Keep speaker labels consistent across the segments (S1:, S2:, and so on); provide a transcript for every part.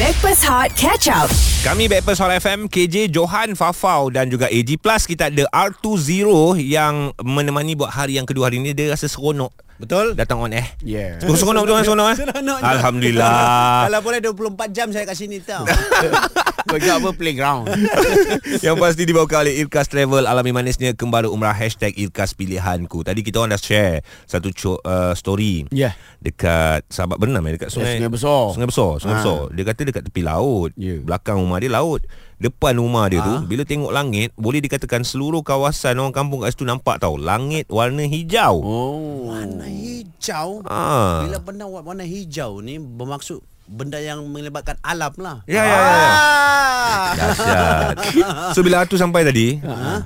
S1: Breakfast Hot Catch Up.
S2: Kami Backpers Hot FM KJ Johan Fafau Dan juga AG Plus Kita ada R20 Yang menemani buat hari yang kedua hari ni Dia rasa seronok
S3: Betul?
S2: Datang on eh
S3: Yeah.
S2: Seronok seronok betul kan seronok eh
S3: Seronok je.
S2: Alhamdulillah
S3: Kalau boleh 24 jam saya kat sini tau. Bagi apa playground.
S2: Yang pasti dibawakan oleh Irkas Travel Alami manisnya Kembali umrah Hashtag Irkas Pilihanku Tadi kita orang dah share Satu co- uh, story
S3: Yeah.
S2: Dekat Sahabat Bernam eh? Dekat sungai
S3: Sungai Besar.
S2: Sungai Besar Sungai
S3: Ha.
S2: Besar Dia kata dekat tepi laut
S3: Ya. Ha.
S2: Belakang rumah dia laut Depan rumah dia tu Bila tengok langit Boleh dikatakan Seluruh kawasan orang kampung kat situ Nampak tau Langit warna hijau
S3: Oh. Warna hijau.
S2: Ah.
S3: Bila benda wa- warna hijau ni bermaksud benda yang melibatkan alam lah.
S2: Ya, ya, ya, ya.
S3: Ah.
S2: Dahsyat So bila Atu sampai tadi uh,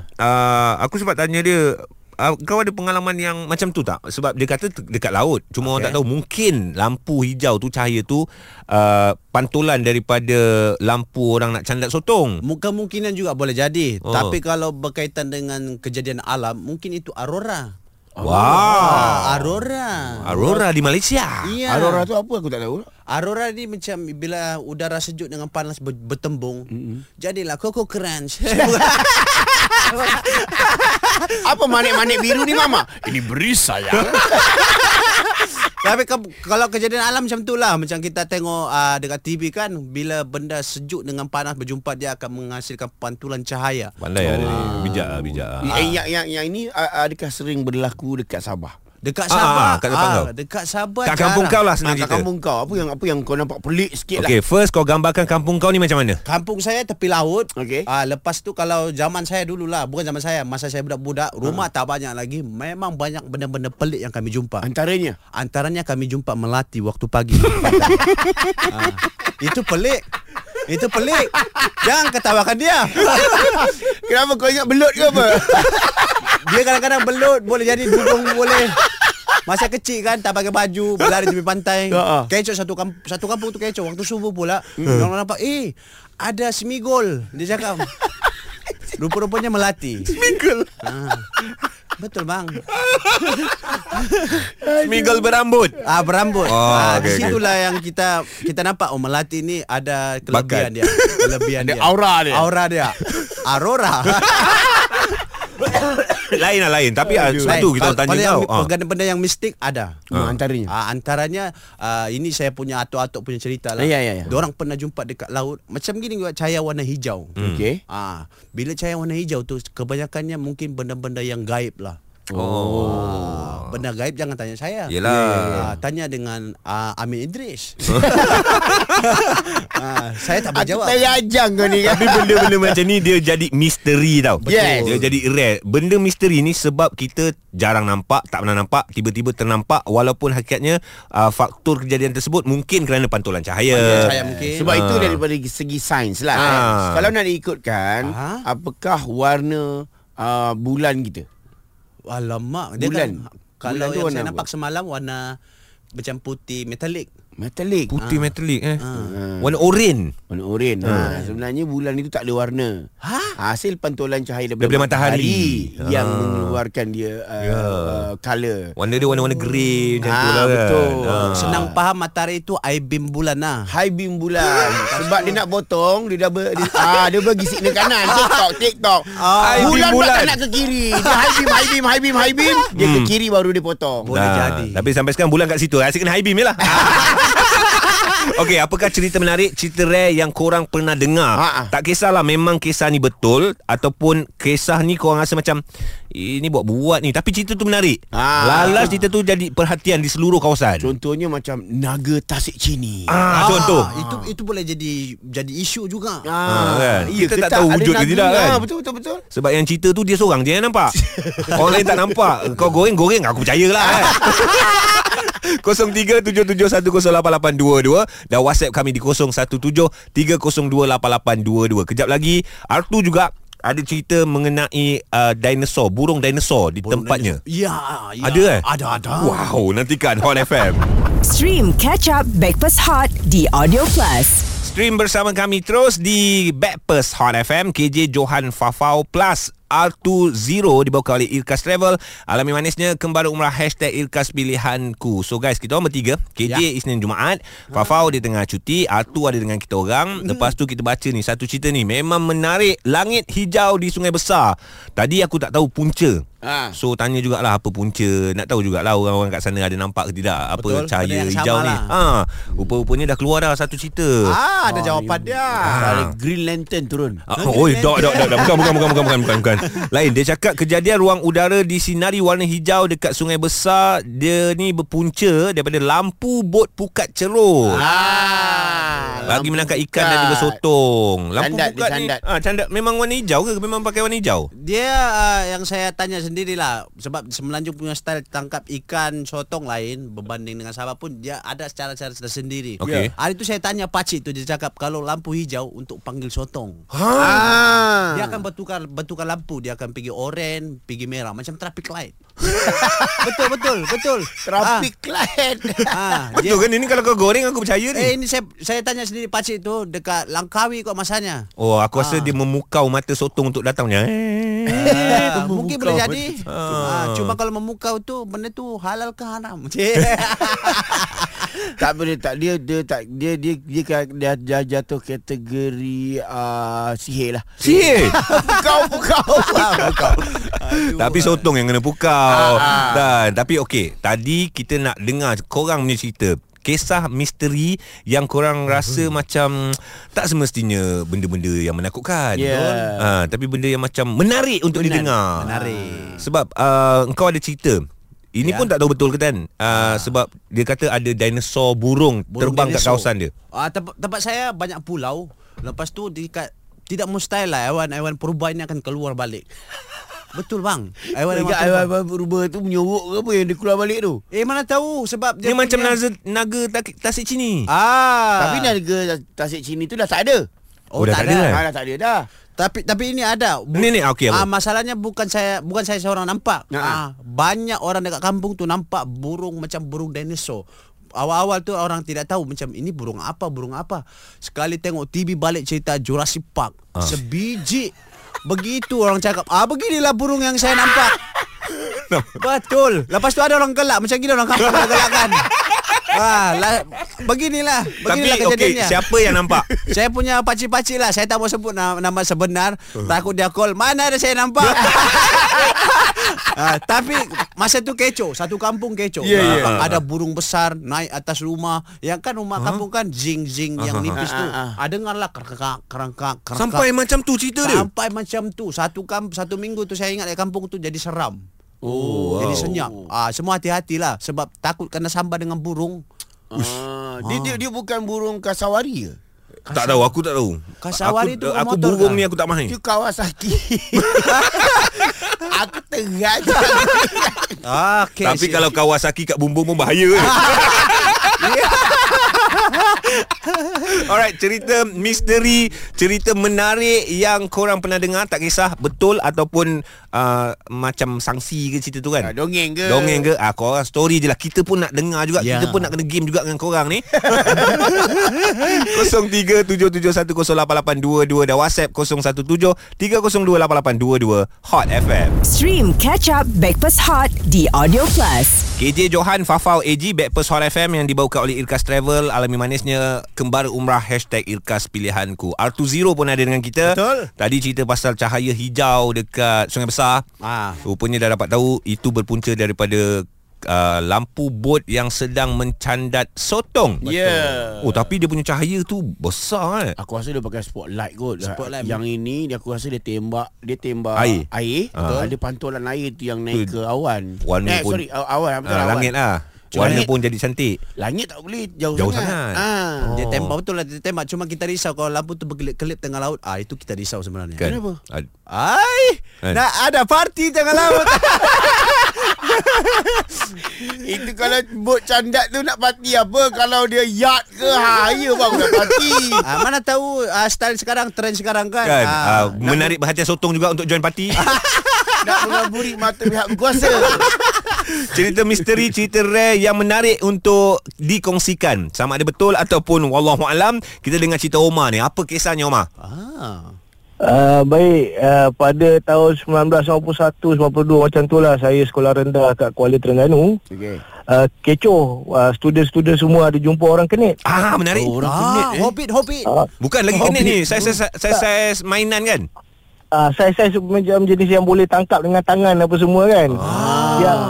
S2: Aku sempat tanya dia uh, Kau ada pengalaman yang macam tu tak? Sebab dia kata te- dekat laut Cuma okay. orang tak tahu Mungkin lampu hijau tu Cahaya tu uh, Pantulan daripada Lampu orang nak candat sotong
S3: Mu- Kemungkinan juga boleh jadi.
S2: Oh.
S3: Oh. Tapi kalau berkaitan dengan kejadian alam, mungkin itu aurora.
S2: Wow
S3: Ah, aurora.
S2: Aurora di Malaysia
S3: Iya.
S4: Aurora tu apa aku tak tahu.
S3: Aurora ni macam bila udara sejuk dengan panas ber- bertembung. Mm-hmm. Jadilah Coco Crunch.
S4: Apa manik-manik biru ni mama? Ini beri sayang.
S3: Tapi ke- kalau kejadian alam macam tu lah Macam kita tengok uh, dekat TV kan Bila benda sejuk dengan panas berjumpa Dia akan menghasilkan pantulan cahaya
S2: Pandai oh. lah dia. Bijak lah bijak lah
S4: Eh, yang yang yang ini ah, adakah sering berlaku dekat Sabah?
S3: Dekat
S2: Ah,
S3: Sabah
S2: ah, kat depan kau.
S3: Dekat Sabah
S2: Kat kampung kau lah
S4: Ah,
S2: senang
S4: kat
S2: cerita
S4: kampung kau apa yang apa yang kau nampak pelik sikit lah.
S2: Okay first kau gambarkan kampung kau ni macam mana?
S3: Kampung saya tepi laut
S4: Okey.
S3: Ah, Lepas tu kalau zaman saya dululah Bukan zaman saya Masa saya budak-budak Rumah tak banyak lagi Memang banyak benda-benda pelik yang kami jumpa
S4: Antaranya
S3: Antaranya kami jumpa melati waktu pagi. ha, itu pelik. Itu pelik. Jangan ketawakan dia.
S4: Kenapa kau ingat belut ke apa?
S3: Dia kadang-kadang belut boleh jadi dudung boleh. Masa kecil kan tak pakai baju berlari tepi pantai.
S4: Ha, ha.
S3: Kecoh satu kampung satu kampung tu kecoh waktu subuh pula. Orang nampak eh ada semigol dia cakap. Rupa-rupanya melati. Semigol. Ha. Betul bang.
S2: Smiggle berambut
S3: Ah berambut.
S2: Oh,
S3: ah
S2: okey,
S3: okay, situlah okay. yang kita kita nampak oh Melati ni ada
S2: Bakat.
S3: kelebihan dia. Kelebihan
S4: Ada
S3: dia.
S4: aura dia.
S3: Aura dia. Aurora.
S2: Lain lah lain Tapi ah, sebab tu kita
S3: Kalau-
S2: tanya
S3: kalau
S2: kau
S3: yang
S2: Ah.
S3: Benda-benda yang mistik ada.
S4: Ah, antaranya.
S3: Ah, antaranya ah, ini saya punya atuk-atuk punya cerita lah.
S4: Ya, ya, ya.
S3: Diorang pernah jumpa dekat laut macam gini juga cahaya warna hijau.
S4: Hmm. Okey.
S3: Ah, bila cahaya warna hijau tu kebanyakannya mungkin benda-benda yang gaib lah.
S2: Oh
S3: Ah, benda gaib jangan tanya saya.
S2: Yelah.
S3: Ah, tanya dengan ah, Amin Idris. ah, saya tak boleh
S4: Aku
S3: jawab.
S4: tak ajang kau ni kan.
S2: Tapi benda-benda macam ni Dia jadi misteri tau
S4: Yes.
S2: Dia jadi rare Benda misteri ni Sebab kita jarang nampak Tak pernah nampak Tiba-tiba ternampak Walaupun hakikatnya uh, Faktor kejadian tersebut Mungkin kerana pantulan cahaya
S3: Saya mungkin.
S4: Eh, Sebab
S2: Ah.
S4: itu daripada segi sains lah.
S2: Ah.
S4: eh. Kalau nak diikutkan,
S3: Ah.
S4: apakah warna ah, bulan kita?
S3: Alamak, dia
S4: Bulan.
S3: kan
S4: Bulan
S3: kalau
S4: tu
S3: yang
S4: warna
S3: saya
S4: apa?
S3: nampak semalam warna macam putih metalik.
S4: Metalik.
S2: Putih metalik eh Warna oren
S4: Ah. Warna oren. Ha. Sebenarnya bulan itu tak ada warna.
S3: Ha?
S4: Hasil pantulan cahaya daripada,
S2: Daripada matahari.
S4: yang
S2: Ah.
S4: mengeluarkan dia uh,
S2: Ya.
S4: uh, color.
S2: Warna dia warna-warna grey Macam tu lah
S4: Ah,
S2: kan
S4: betul.
S2: Ah.
S3: Senang faham matahari itu air bim bulan lah.
S4: High beam bulan Sebab dia nak potong Dia dah ber, dia, ah, dia bagi signal kanan TikTok TikTok
S2: High beam
S4: Bulan pula
S2: bulan.
S4: tak nak ke kiri Dia high beam High beam High beam High beam Dia ke kiri baru dia potong
S3: Boleh jadi.
S2: Tapi sampai sekarang bulan kat situ Asyik kena high beam je lah Okey, apakah cerita menarik, cerita rare yang korang pernah dengar?
S4: Ha, ha.
S2: Tak kisahlah memang kisah ni betul ataupun kisah ni korang rasa macam "Eh, ini buat buat ni, tapi cerita tu menarik.
S4: Ha.
S2: Lalas cerita tu jadi perhatian di seluruh kawasan.
S4: Contohnya macam Naga tasik cini
S2: ah, contoh.
S3: Itu itu boleh jadi jadi isu juga.
S2: Ah, kan?
S4: iya,
S2: Kita tak
S4: tetap
S2: tahu
S4: ada
S2: wujud ke
S4: naga.
S2: tidak, kan?
S4: Ah, Betul betul betul
S2: Sebab yang cerita tu dia seorang je yang nampak Orang lain tak nampak Kau goreng-goreng aku percaya lah kan 0377108822 Dan WhatsApp kami di 0173028822 Kejap lagi Artu juga ada cerita mengenai uh, dinosaur Burung dinosaur di burung tempatnya dinosaur.
S3: Ya, ya.
S2: Ada eh?
S3: Ada ada.
S2: Wow, nantikan Hot FM
S1: Stream Catch Up Breakfast Hot di Audio Plus.
S2: Stream bersama kami terus di Backpast Hot FM KJ Johan Fafau Plus Artu Zero dibawakan oleh Irkas Travel Alami manisnya Kembali umrah Hashtag Irkas Pilihanku So guys kita orang bertiga KJ ya. Isnin Jumaat Fafau dia tengah cuti Artu ada dengan kita orang Lepas tu kita baca ni Satu cerita ni Memang menarik Langit hijau di Sungai Besar Tadi aku tak tahu punca
S4: Ha.
S2: So tanya jugalah apa punca Nak tahu jugalah orang-orang kat sana ada nampak ke tidak Apa
S3: Betul, benda
S2: cahaya
S3: yang
S2: hijau
S3: sama
S2: ni
S3: lah.
S2: ha, Rupa-rupanya dah keluar dah satu cerita
S4: Ah, ada jawapan dia.
S3: Ah. Green Lantern turun.
S2: ya. Ah, oh, dok, dok, dok, dok. Bukan, bukan, bukan, bukan, bukan, bukan, bukan. Lain, dia cakap kejadian ruang udara disinari warna hijau dekat Sungai Besar, dia ni berpunca daripada lampu bot pukat cerut.
S4: Ah.
S2: Bagi
S4: lampu
S2: menangkap ikan dan juga
S4: pukat.
S2: sotong. Lampu
S4: Candat, dia
S2: pukat ni.
S4: candat.
S2: Ah, candat memang warna hijau ke? Memang pakai warna hijau?
S3: Dia uh, yang saya tanya sendirilah sebab Semenanjung punya style tangkap ikan sotong lain berbanding dengan Sabah pun dia ada cara-cara tersendiri.
S2: Okey.
S3: Hari tu saya tanya pakcik tu dia cakap kalau lampu hijau untuk panggil sotong.
S2: Ha.
S4: Ah.
S3: Dia akan bertukar bertukar lampu, dia akan pergi oren, pergi merah macam traffic light. betul betul betul.
S4: Traffic light.
S3: Ah, ah, dia,
S2: Betul kan? Ini kalau kau goreng, aku percaya ni.
S3: eh ini saya saya tanya sendiri pakcik tu dekat Langkawi kot masanya.
S2: Oh, aku rasa
S3: Ah.
S2: dia memukau mata sotong untuk datangnya. eh.
S3: Ah, mungkin boleh jadi.
S2: Ah.
S3: Ah. cuma kalau memukau tu benda tu halal ke haram?
S4: tak boleh tak dia dia tak dia dia dia, dia, dia, dia jatuh kategori uh, sihir lah.
S2: Sihir.
S4: Kau kau.
S3: ah.
S2: Tapi sotong yang kena pukau
S4: Ah, ah.
S2: Dan Tapi okey Tadi kita nak dengar Korang punya cerita Kisah misteri Yang
S3: Hmm.
S2: korang rasa macam Tak semestinya Benda-benda yang menakutkan
S4: Ya.
S2: Betul? Ah, Tapi benda yang macam Menarik untuk
S3: Menar-
S2: didengar
S3: menarik.
S2: Sebab uh, Engkau ada cerita ini
S3: Ya. Ah.
S2: pun tak tahu betul ke Tan uh, Sebab dia kata ada dinosaur burung,
S3: Burung
S2: Terbang kat
S3: dinosaur.
S2: kawasan dia
S3: Ah, tempat, tempat saya banyak pulau. Lepas tu dekat tidak mustahil lah haiwan-haiwan purba ini akan keluar balik. Betul bang. Haiwan-haiwan
S4: Dekat
S3: purba.
S4: haiwan berubah tu menyorok ke apa yang dia keluar balik tu?
S3: Eh mana tahu sebab
S2: Dia,
S3: dia
S2: macam
S3: punya-
S2: naga, naga tasik, tasik cini
S3: Ah.
S4: Tapi naga tasik Cini tu dah tak ada.
S2: Oh,
S3: Oh,
S2: dah
S3: tak
S2: tak ada
S3: ada.
S2: Eh.
S4: Ah, dah tak ada dah.
S3: Tapi tapi ini ada. Bu-
S2: Ni, ni, ah, okey, apa?
S3: Ah masalahnya bukan saya bukan saya seorang nampak.
S4: Ha, ha.
S3: Ah banyak orang dekat kampung tu nampak burung macam burung dinosaur. Awal-awal tu orang tidak tahu macam ini burung apa, burung apa. Sekali tengok TV balik cerita Jurassic Park.
S2: Ah.
S3: Sebiji begitu orang cakap, ah beginilah burung yang saya nampak. Betul. Lepas tu ada orang gelak macam gini orang kampung dah gelak kan. Ah, la, beginilah.
S2: Tapi
S3: Beginilah
S2: okey
S3: kejadiannya.
S2: Siapa yang nampak
S3: Saya punya pakcik-pakcik lah Saya tak mau sebut nama, nama sebenar
S2: Uh-huh.
S3: Takut dia call Mana ada saya nampak Ah, tapi masa tu kecoh Satu kampung kecoh
S4: Ya, ya.
S3: Ah, Ada burung besar Naik atas rumah Yang kan rumah kampung kan Zing-zing yang nipis tu
S4: Ah,
S3: ah, Dengarlah kerangkak kerangkak kerangkak.
S2: Sampai macam tu cerita dia
S3: Sampai macam tu Satu kam satu minggu tu saya ingat eh, Kampung tu jadi seram
S2: Oh,
S3: Jadi senyap ah, Semua hati-hatilah Sebab takut kena sambar dengan burung
S4: Ah, dia, dia dia bukan burung kasawari ke?
S2: Tak tahu aku tak tahu.
S3: Kasawari
S2: aku,
S3: tu
S2: aku
S3: bermotor
S2: burung
S3: ke?
S2: ni aku tak main.
S4: Itu Kawasaki. Aku terang.
S3: ah, okay,
S2: Tapi kalau Kawasaki kat bumbung pun bahaya. Alright, cerita misteri, cerita menarik yang korang pernah dengar tak kisah betul ataupun uh, macam sangsi ke cerita tu kan.
S4: Ah, dongeng ke?
S2: Dongeng ke? Ah, korang story je lah. Kita pun nak dengar juga.
S3: Ya.
S2: Kita pun nak kena game juga dengan korang ni. 0377108822 dan WhatsApp 0173028822 Hot FM.
S1: Stream Catch Up Breakfast Hot di Audio Plus.
S2: KJ Johan Fafau AG Backpast Hot FM yang dibawakan oleh Irkas Travel Alami manisnya Kembar Umrah Hashtag Irkas Pilihanku Artu Zero pun ada dengan kita
S3: Betul.
S2: Tadi cerita pasal cahaya hijau dekat Sungai Besar
S3: Ah.
S2: Rupanya dah dapat tahu Itu berpunca daripada Uh, lampu bot yang sedang mencandat sotong.
S4: Ya.
S2: Oh tapi dia punya cahaya tu besar eh.
S4: Aku rasa dia pakai spotlight kot
S3: Spotlight.
S4: Yang ini dia aku rasa dia tembak Dia tembak
S2: Air.
S4: air
S2: Ah.
S4: ha. Ada pantulan air tu yang naik
S2: Tu
S4: ke awan
S2: warna
S4: eh,
S2: pun-
S4: sorry a- Awan betul
S2: Ah,
S4: awan.
S2: langit lah.
S4: Cuma
S2: Warna
S4: langit-
S2: pun jadi cantik.
S4: Langit tak boleh jauh,
S2: Jauh sangat.
S4: sangat, Ah.
S2: Oh.
S3: Dia tembak betul lah dia tembak Cuma kita risau Kalau lampu tu berkelip-kelip tengah laut Ah Itu kita risau sebenarnya
S2: Kan?
S4: Kenapa?
S2: Ad-
S3: Ai
S2: Kan?
S3: Nak ada parti tengah laut
S4: Itu kalau bot candat tu nak parti apa Kalau dia yacht ke ha, Ya bang nak parti
S3: ah, Mana tahu ah, Style sekarang Trend sekarang kan,
S2: Kan? Ah, menarik perhatian sotong juga untuk join parti.
S4: Nak mengaburi mata pihak berkuasa
S2: Cerita misteri, cerita rare yang menarik untuk dikongsikan. Sama ada betul ataupun wallahu alam, kita dengar cerita Omar ni. Apa kisahnya Omar?
S3: Ah.
S5: Uh, baik, uh, pada tahun 1991-92 macam tu lah saya sekolah rendah kat Kuala Terengganu.
S4: Okey.
S5: Uh, kecoh, uh, student-student semua ada jumpa orang kenit.
S2: Ah, menarik.
S3: Oh, orang
S4: kenit,
S3: ah,
S4: eh.
S3: Hobbit, Hobbit.
S5: Uh,
S2: Bukan lagi
S5: Oh,
S2: kena ni.
S5: betul.
S2: Saya saya saya, saya mainan kan?
S5: uh, saiz-saiz macam jenis yang boleh tangkap dengan tangan apa semua kan. Wow. Yang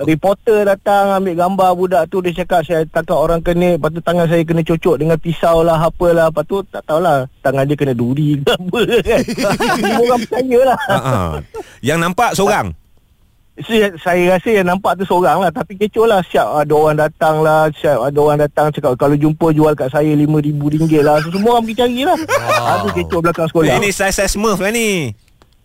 S5: reporter datang ambil gambar budak tu dia cakap saya tangkap orang kenit, lepas tu tangan saya kena cocok dengan pisau lah apalah, lepas tu tak tahulah tangan dia kena duri ke apa kan. Semua orang percaya lah.
S2: Ha ah. Yang nampak seorang.
S5: saya, saya rasa yang nampak tu seorang lah Tapi kecoh lah Siap ada orang datang lah Siap ada orang datang Cakap kalau jumpa jual kat saya RM5,000 lah so, Semua orang pergi cari lah wow. Itu kecoh belakang sekolah
S2: Ini saya saya smurf lah ni.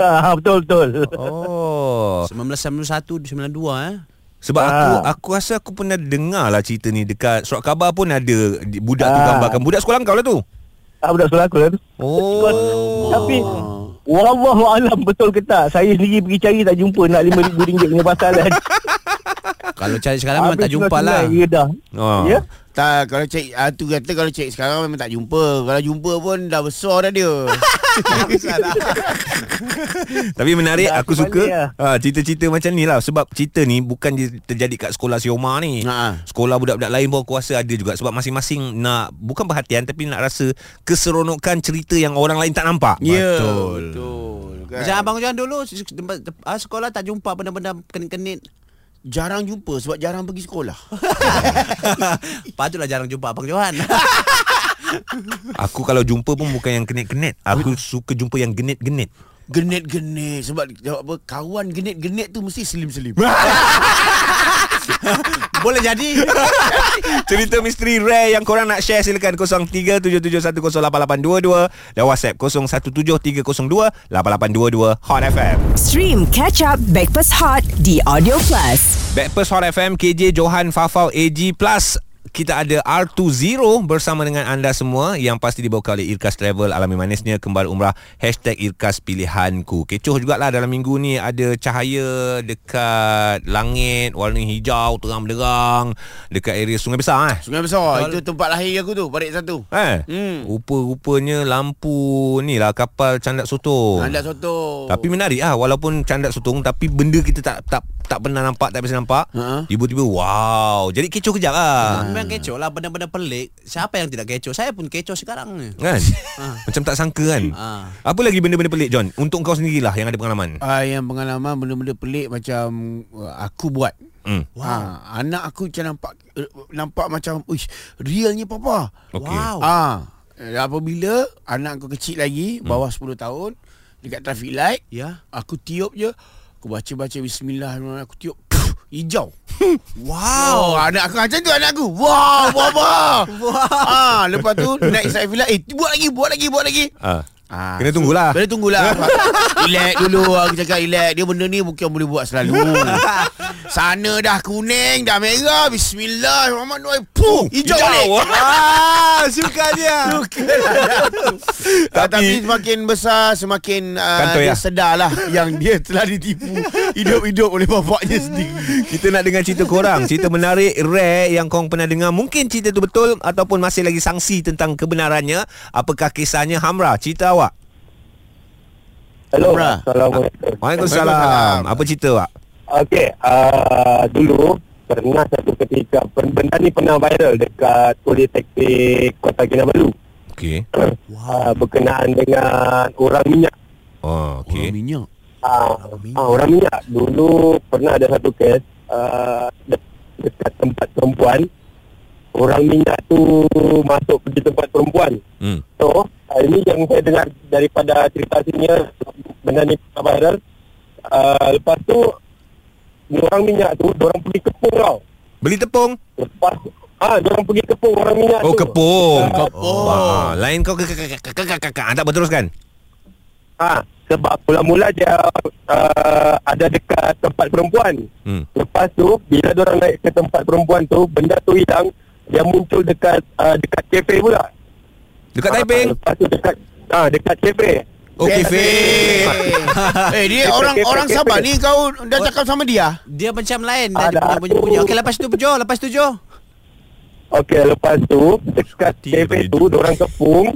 S5: ha, Betul-betul
S2: Oh.
S3: 1991 92 eh.
S2: Sebab aku
S5: Ah.
S2: aku rasa aku pernah dengar lah cerita ni dekat surat khabar pun ada di- budak tu
S5: Ah.
S2: gambarkan budak sekolah kau lah tu.
S5: ah, Budak sekolah aku lah tu
S2: Oh.
S5: Tapi Wallahualam betul ke tak Saya sendiri pergi cari tak jumpa Nak RM5,000 punya pasal kan
S3: Kalau cari sekarang memang tak jumpa lah.
S5: Ya dah
S2: Ah.
S5: Ya
S4: Tak, kalau cek ah, tu kata kalau cek sekarang memang tak jumpa. Kalau jumpa pun dah besar dah dia. Besar dah.
S2: Tapi menarik
S5: Dah,
S2: aku
S5: aku
S2: suka
S5: balik
S2: ah, cerita-cerita macam ni lah sebab cerita ni bukan je terjadi kat sekolah si Omar ni.
S4: Ha.
S2: Sekolah budak-budak lain pun aku rasa ada juga sebab masing-masing nak bukan perhatian tapi nak rasa keseronokan cerita yang orang lain tak nampak.
S4: Ya,
S2: Betul.
S4: Betul. Kan?
S3: lah. Macam abang Johan dulu se- se- tempat, te- ah, sekolah tak jumpa benda-benda kenit-kenit.
S4: jarang jumpa sebab jarang pergi sekolah.
S3: Patutlah jarang jumpa abang Johan.
S2: Aku kalau jumpa pun bukan yang kenit-kenit. Aku suka jumpa yang genit-genit.
S4: Genit-genit sebab jawab apa kawan genit-genit tu mesti slim-slim.
S3: Boleh jadi.
S2: Cerita misteri rare yang korang nak share silakan 0377108822 dan WhatsApp 0173028822 Hot FM.
S1: Stream Catch Up Backpass Hot di Audio Plus.
S2: Backpast Hot FM KJ Johan Fafau AG Plus kita ada R20 bersama dengan anda semua yang pasti dibawa oleh Irkas Travel alami manisnya kembali umrah hashtag Irkas Pilihanku kecoh jugalah dalam minggu ni ada cahaya dekat langit warna hijau terang-berderang dekat area Sungai Besar eh
S4: Sungai Besar itu tempat lahir aku tu, parit satu.
S2: Eh,
S4: Hmm.
S2: rupa-rupanya lampu ni lah kapal candak sotong.
S4: Anda
S2: Oh.
S4: soto.
S2: Tapi menarik lah walaupun candak sotong tapi benda kita tak tak tak pernah nampak, tak biasa nampak.
S4: Ha.
S2: Tiba-tiba wow. Jadi kecoh kejap lah.
S3: Memang kecoh lah benda-benda pelik. Siapa yang tidak kecoh? Saya pun kecoh sekarang ni.
S2: Kan?
S4: Ha.
S2: Macam tak sangka kan?
S3: Ha.
S2: Apa lagi benda-benda pelik John? Untuk kau sendirilah yang ada pengalaman.
S4: Ah, yang pengalaman benda-benda pelik macam uh, aku buat.
S2: Hmm.
S4: Wow. Ha, anak aku macam nampak eh, nampak macam uish realnya papa.
S2: Okey.
S3: Wow.
S4: Ah, eh, apabila anak aku kecil lagi bawah 10 tahun dekat traffic light,
S3: Hmm. Ya.
S4: aku tiup je. Aku baca-baca bismillahirrahmanirrahim aku tiup hijau.
S3: Wow.
S4: Oh, anak aku macam tu anak aku. Wow, baba. ah, lepas tu naik traffic light, eh buat lagi, buat lagi, buat lagi.
S2: Ah.
S4: Ah,
S2: Kena tunggulah.
S4: Kena tunggulah Relax dulu Aku cakap relax Dia benda ni bukan boleh buat selalu Sana dah kuning Dah merah Bismillahirrahmanirrahim Puh Oh, Hijau, balik
S2: Oh, Ah, suka dia.
S4: Ah,
S2: Tapi-
S4: tapi, semakin besar Semakin uh,
S2: Kantoi
S4: Dia
S2: lah.
S4: sedar lah Yang dia telah ditipu Hidup-hidup oleh bapaknya sendiri
S2: Kita nak dengar cerita korang Cerita menarik, rare Yang korang pernah dengar Mungkin cerita tu betul Ataupun masih lagi sangsi Tentang kebenarannya Apakah kisahnya Hamra, cerita awak
S5: Hello
S4: Amra.
S5: Assalamualaikum
S2: Waalaikumsalam Apa cerita awak?
S5: Okey, uh, dulu pernah satu ketika pen- benda ni pernah viral dekat kuliah taktik Kota Kinabalu
S2: Okey
S5: wow. uh, berkenaan dengan orang minyak.
S2: Oh,
S4: Orang
S2: okey
S4: minyak
S5: Uh, orang, minyak. Uh, orang minyak dulu pernah ada satu kes uh, de- dekat tempat perempuan orang minyak tu masuk pergi tempat perempuan.
S2: hmm.
S5: So, uh, ini yang saya dengar daripada cerita senior benda ni pernah viral. Uh, lepas tu orang minyak tu orang pergi kepung tau.
S2: Beli tepung
S5: Lepas Ah, ha, orang pergi kepung orang minyak
S2: Oh,
S5: tu.
S2: kepung
S4: Kepung.
S2: Ah, Lain kau ke- ke- ke- ke- ke- ke- ke- Ah, Tak berteruskan
S5: Ah, ha, sebab mula-mula dia uh, ada dekat tempat perempuan.
S2: hmm.
S5: Lepas tu bila orang naik ke tempat perempuan tu, benda tu hilang, dia muncul dekat uh, dekat kafe pula.
S2: Dekat Oh,
S5: Ah,
S2: Taiping
S5: lepas tu dekat ah ha, dekat kafe.
S2: Okey, Fit.
S4: Eh dia orang orang Sabah ni kau dah cakap sama dia?
S3: Dia macam lain Ah, dah dia
S5: Alah,
S3: punya bunyi-bunyi. Okey lepas tu Jo, lepas tu Jo.
S5: Okey, lepas tu dekat
S2: Hati
S5: cafe
S2: begitu.
S5: tu orang kepung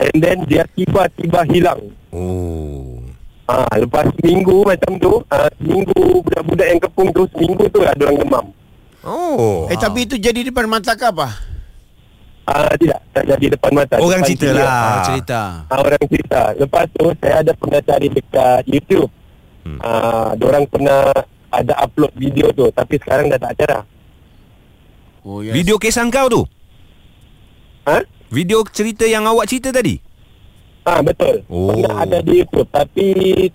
S5: and then dia tiba-tiba hilang.
S2: Oh.
S5: Ah, lepas seminggu macam tu, ah, seminggu budak-budak yang kepung tu seminggu tu lah dia orang demam.
S2: Oh.
S4: Eh tapi itu jadi depan mata kau apa?
S5: Ah, tidak, tak jadi depan mata.
S2: Orang
S5: depan
S2: cerita
S5: telinga.
S2: lah.
S3: Ah. Cerita.
S5: Ah, orang cerita. Lepas tu saya ada pernah cari dekat YouTube. Hmm. Ah, orang pernah ada upload video tu tapi sekarang dah tak ada dah.
S4: Oh
S2: Video kisah kau tu.
S5: Ha?
S2: Video cerita yang awak cerita tadi.
S5: Ah betul.
S2: Oh.
S5: Pernah ada di YouTube tapi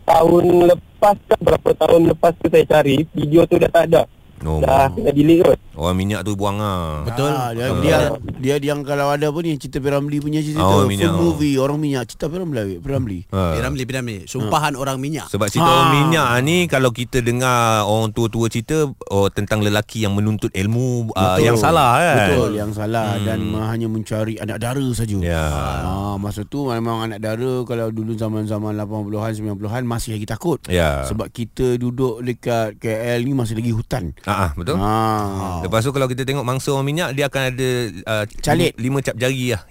S5: tahun lepas ke berapa tahun lepas tu saya cari video tu dah tak ada.
S2: Oh.
S5: Dah kena delete kot.
S2: Orang Oh, minyak tu buang ah.
S4: Betul. Ah, dia, dia dia dia yang kalau ada apa ni cerita Piramli punya cerita
S2: Ah,
S4: oh,
S2: orang minyak.
S4: movie orang minyak cerita Piramli Piramli.
S2: Ha.
S3: Piramli, Piramli. Eh, Sumpahan orang minyak.
S2: Sebab cerita ha. orang minyak ni kalau kita dengar orang tua-tua cerita oh, tentang lelaki yang menuntut ilmu uh, yang salah kan.
S4: Betul, yang salah hmm. dan me- hanya mencari anak dara saja.
S2: Ya.
S4: Ah, masa tu memang anak dara kalau dulu zaman-zaman 80-an 90-an masih lagi takut.
S2: Ya.
S4: Sebab kita duduk dekat KL ni masih lagi hutan.
S2: Ah, ah, betul. Ha.
S4: Ah.
S2: Lepas tu kalau kita tengok mangsa orang minyak dia akan ada uh,
S4: Calit.
S2: lima cap jari lah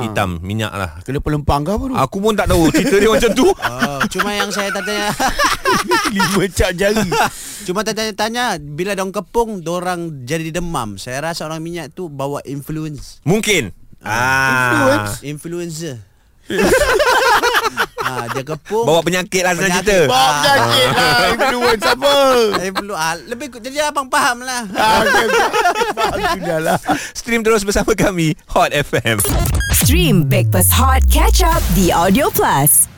S2: ha. hitam minyak lah.
S4: Kena pelempang kau apa tu?
S2: Aku pun tak tahu cerita dia macam tu.
S3: Oh, cuma yang saya tanya
S4: Lima cap jari.
S3: Cuma tanya-tanya Bila dong kepung Dorang jadi demam Saya rasa orang minyak tu Bawa influence
S2: Mungkin. Ah.
S3: Influencer ha, Dia kepung
S2: Bawa penyakit lah senang
S3: Penyakit.
S2: cerita.
S4: Bob sakit lah. Influence apa?
S3: Influ ah, Lebih Jadi abang faham lah
S4: Ah, okay, faham sudahlah.
S2: Stream terus bersama kami Hot FM.
S1: Stream Breakfast Hot Catch Up The Audio Plus.